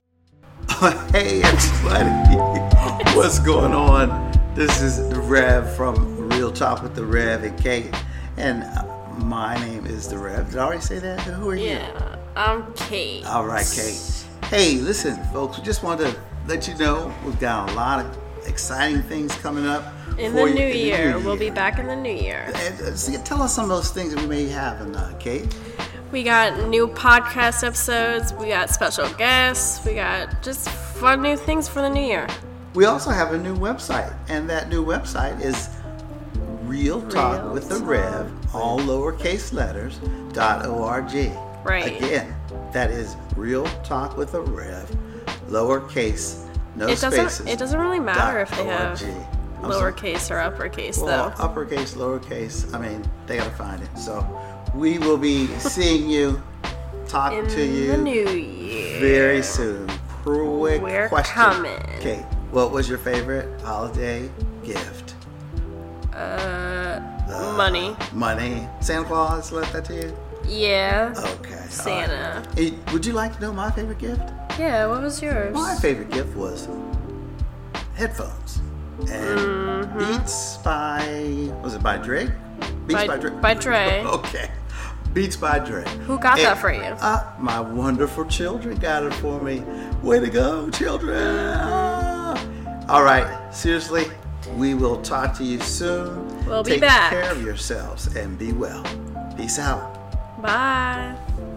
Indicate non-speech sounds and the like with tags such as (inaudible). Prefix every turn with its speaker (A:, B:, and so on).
A: (laughs) hey, everybody. (laughs) What's going on? This is the Rev from Real Talk with the Rev and Kate. And uh, my name is the Rev. Did I already say that? Who are you?
B: Yeah, I'm Kate.
A: All right, Kate. Hey, listen, folks, we just wanted to let you know we've got a lot of exciting things coming up.
B: In
A: for
B: the
A: you-
B: new
A: in
B: year, we'll be
A: year.
B: back in the new year.
A: And, uh, see, tell us some of those things that we may have, and uh, Kate.
B: We got new podcast episodes, we got special guests, we got just fun new things for the new year.
A: We also have a new website, and that new website is Real Talk
B: Real
A: with the
B: Talk.
A: Rev, all lowercase letters, dot org.
B: Right.
A: Again, that is Real Talk with the Rev, lowercase, no
B: It doesn't
A: spaces.
B: it doesn't really matter
A: dot
B: if they have
A: org. I'm sorry.
B: lowercase or uppercase
A: Well,
B: though.
A: uppercase, lowercase. I mean, they gotta find it. So we will be seeing you, talk
B: In
A: to you
B: the new year.
A: very soon. Quick
B: We're
A: question.
B: coming.
A: Kate, what was your favorite holiday gift?
B: Uh, money.
A: Money. Santa Claus left that to you?
B: Yeah.
A: Okay. all right.
B: Santa.
A: Hey, would you like to know my favorite gift?
B: Yeah, what was yours?
A: My favorite gift was headphones. And
B: Mm-hmm.
A: Beats by, was it by Drake? Beats
B: By-
A: by, Drake.
B: by Dre.
A: (laughs) okay. Beats by Dre.
B: Who got that for you?
A: Uh, my wonderful children got it for me. Way to go, children! Ah. All right, seriously, we will talk to you soon.
B: We'll be
A: Take
B: back.
A: care of yourselves and be well. Peace out.
B: Bye.